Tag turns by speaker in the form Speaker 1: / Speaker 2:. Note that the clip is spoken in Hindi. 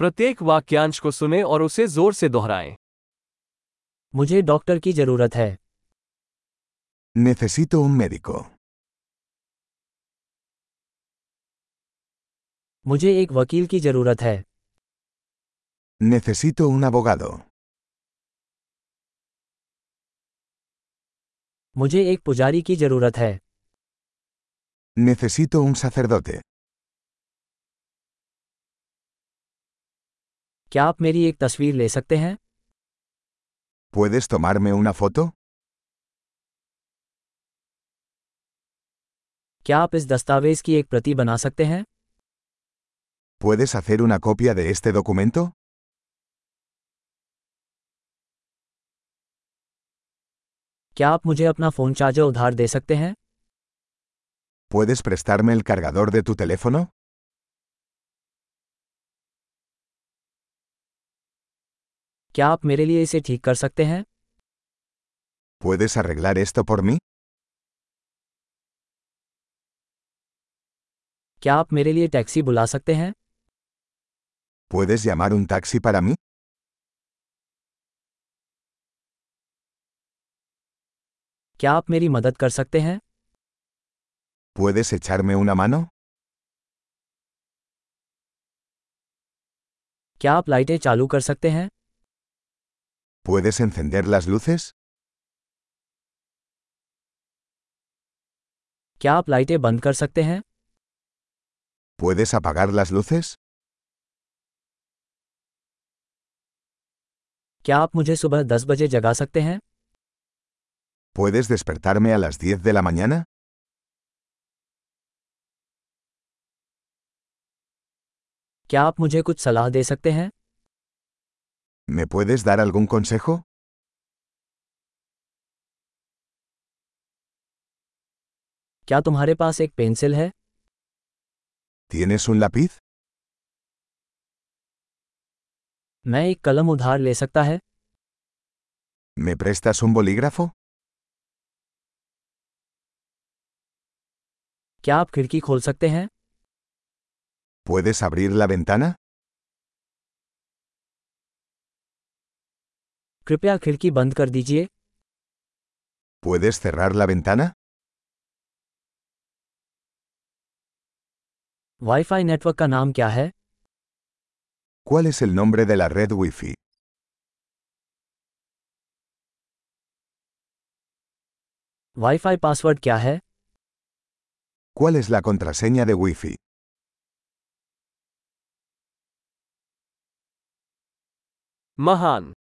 Speaker 1: प्रत्येक वाक्यांश को सुने और उसे जोर से दोहराएं
Speaker 2: मुझे डॉक्टर की जरूरत है
Speaker 3: Necesito un médico.
Speaker 2: मुझे एक वकील की जरूरत है
Speaker 3: Necesito un abogado.
Speaker 2: मुझे एक पुजारी की जरूरत है
Speaker 3: Necesito un sacerdote.
Speaker 2: क्या आप मेरी एक तस्वीर ले सकते हैं
Speaker 3: ¿Puedes tomarme una foto?
Speaker 2: क्या आप इस दस्तावेज की एक प्रति बना सकते हैं
Speaker 3: ¿Puedes hacer una copia de este documento?
Speaker 2: क्या आप मुझे अपना फोन चार्जर उधार दे सकते हैं
Speaker 3: ¿Puedes prestarme el cargador de tu teléfono?
Speaker 2: क्या आप मेरे लिए इसे ठीक कर सकते हैं
Speaker 3: ¿Puedes arreglar esto por mí?
Speaker 2: क्या आप मेरे लिए टैक्सी बुला सकते हैं
Speaker 3: ¿Puedes llamar un taxi para mí?
Speaker 2: क्या आप मेरी मदद कर सकते हैं
Speaker 3: ¿Puedes echarme una mano?
Speaker 2: क्या आप लाइटें चालू कर सकते हैं
Speaker 3: ¿Puedes encender las luces?
Speaker 2: क्या आप लाइटें बंद कर सकते हैं
Speaker 3: ¿Puedes apagar las luces?
Speaker 2: क्या आप मुझे सुबह दस बजे जगा सकते हैं
Speaker 3: ¿Puedes despertarme a las 10 de la mañana?
Speaker 2: क्या आप मुझे कुछ सलाह दे सकते हैं
Speaker 3: ¿Me puedes dar algún consejo?
Speaker 2: क्या तुम्हारे पास एक पेंसिल है
Speaker 3: ¿Tienes un lápiz?
Speaker 2: मैं एक कलम उधार ले सकता है
Speaker 3: ¿Me prestas un bolígrafo?
Speaker 2: क्या आप खिड़की खोल सकते हैं
Speaker 3: ¿Puedes abrir la ventana?
Speaker 2: कृपया खिड़की बंद कर दीजिए
Speaker 3: ¿Puedes cerrar la ventana?
Speaker 2: Wifi network का नाम क्या है
Speaker 3: ¿Cuál es el nombre de la red Wi-Fi?
Speaker 2: Wifi password क्या है
Speaker 3: ¿Cuál es la contraseña de Wi-Fi?
Speaker 1: महान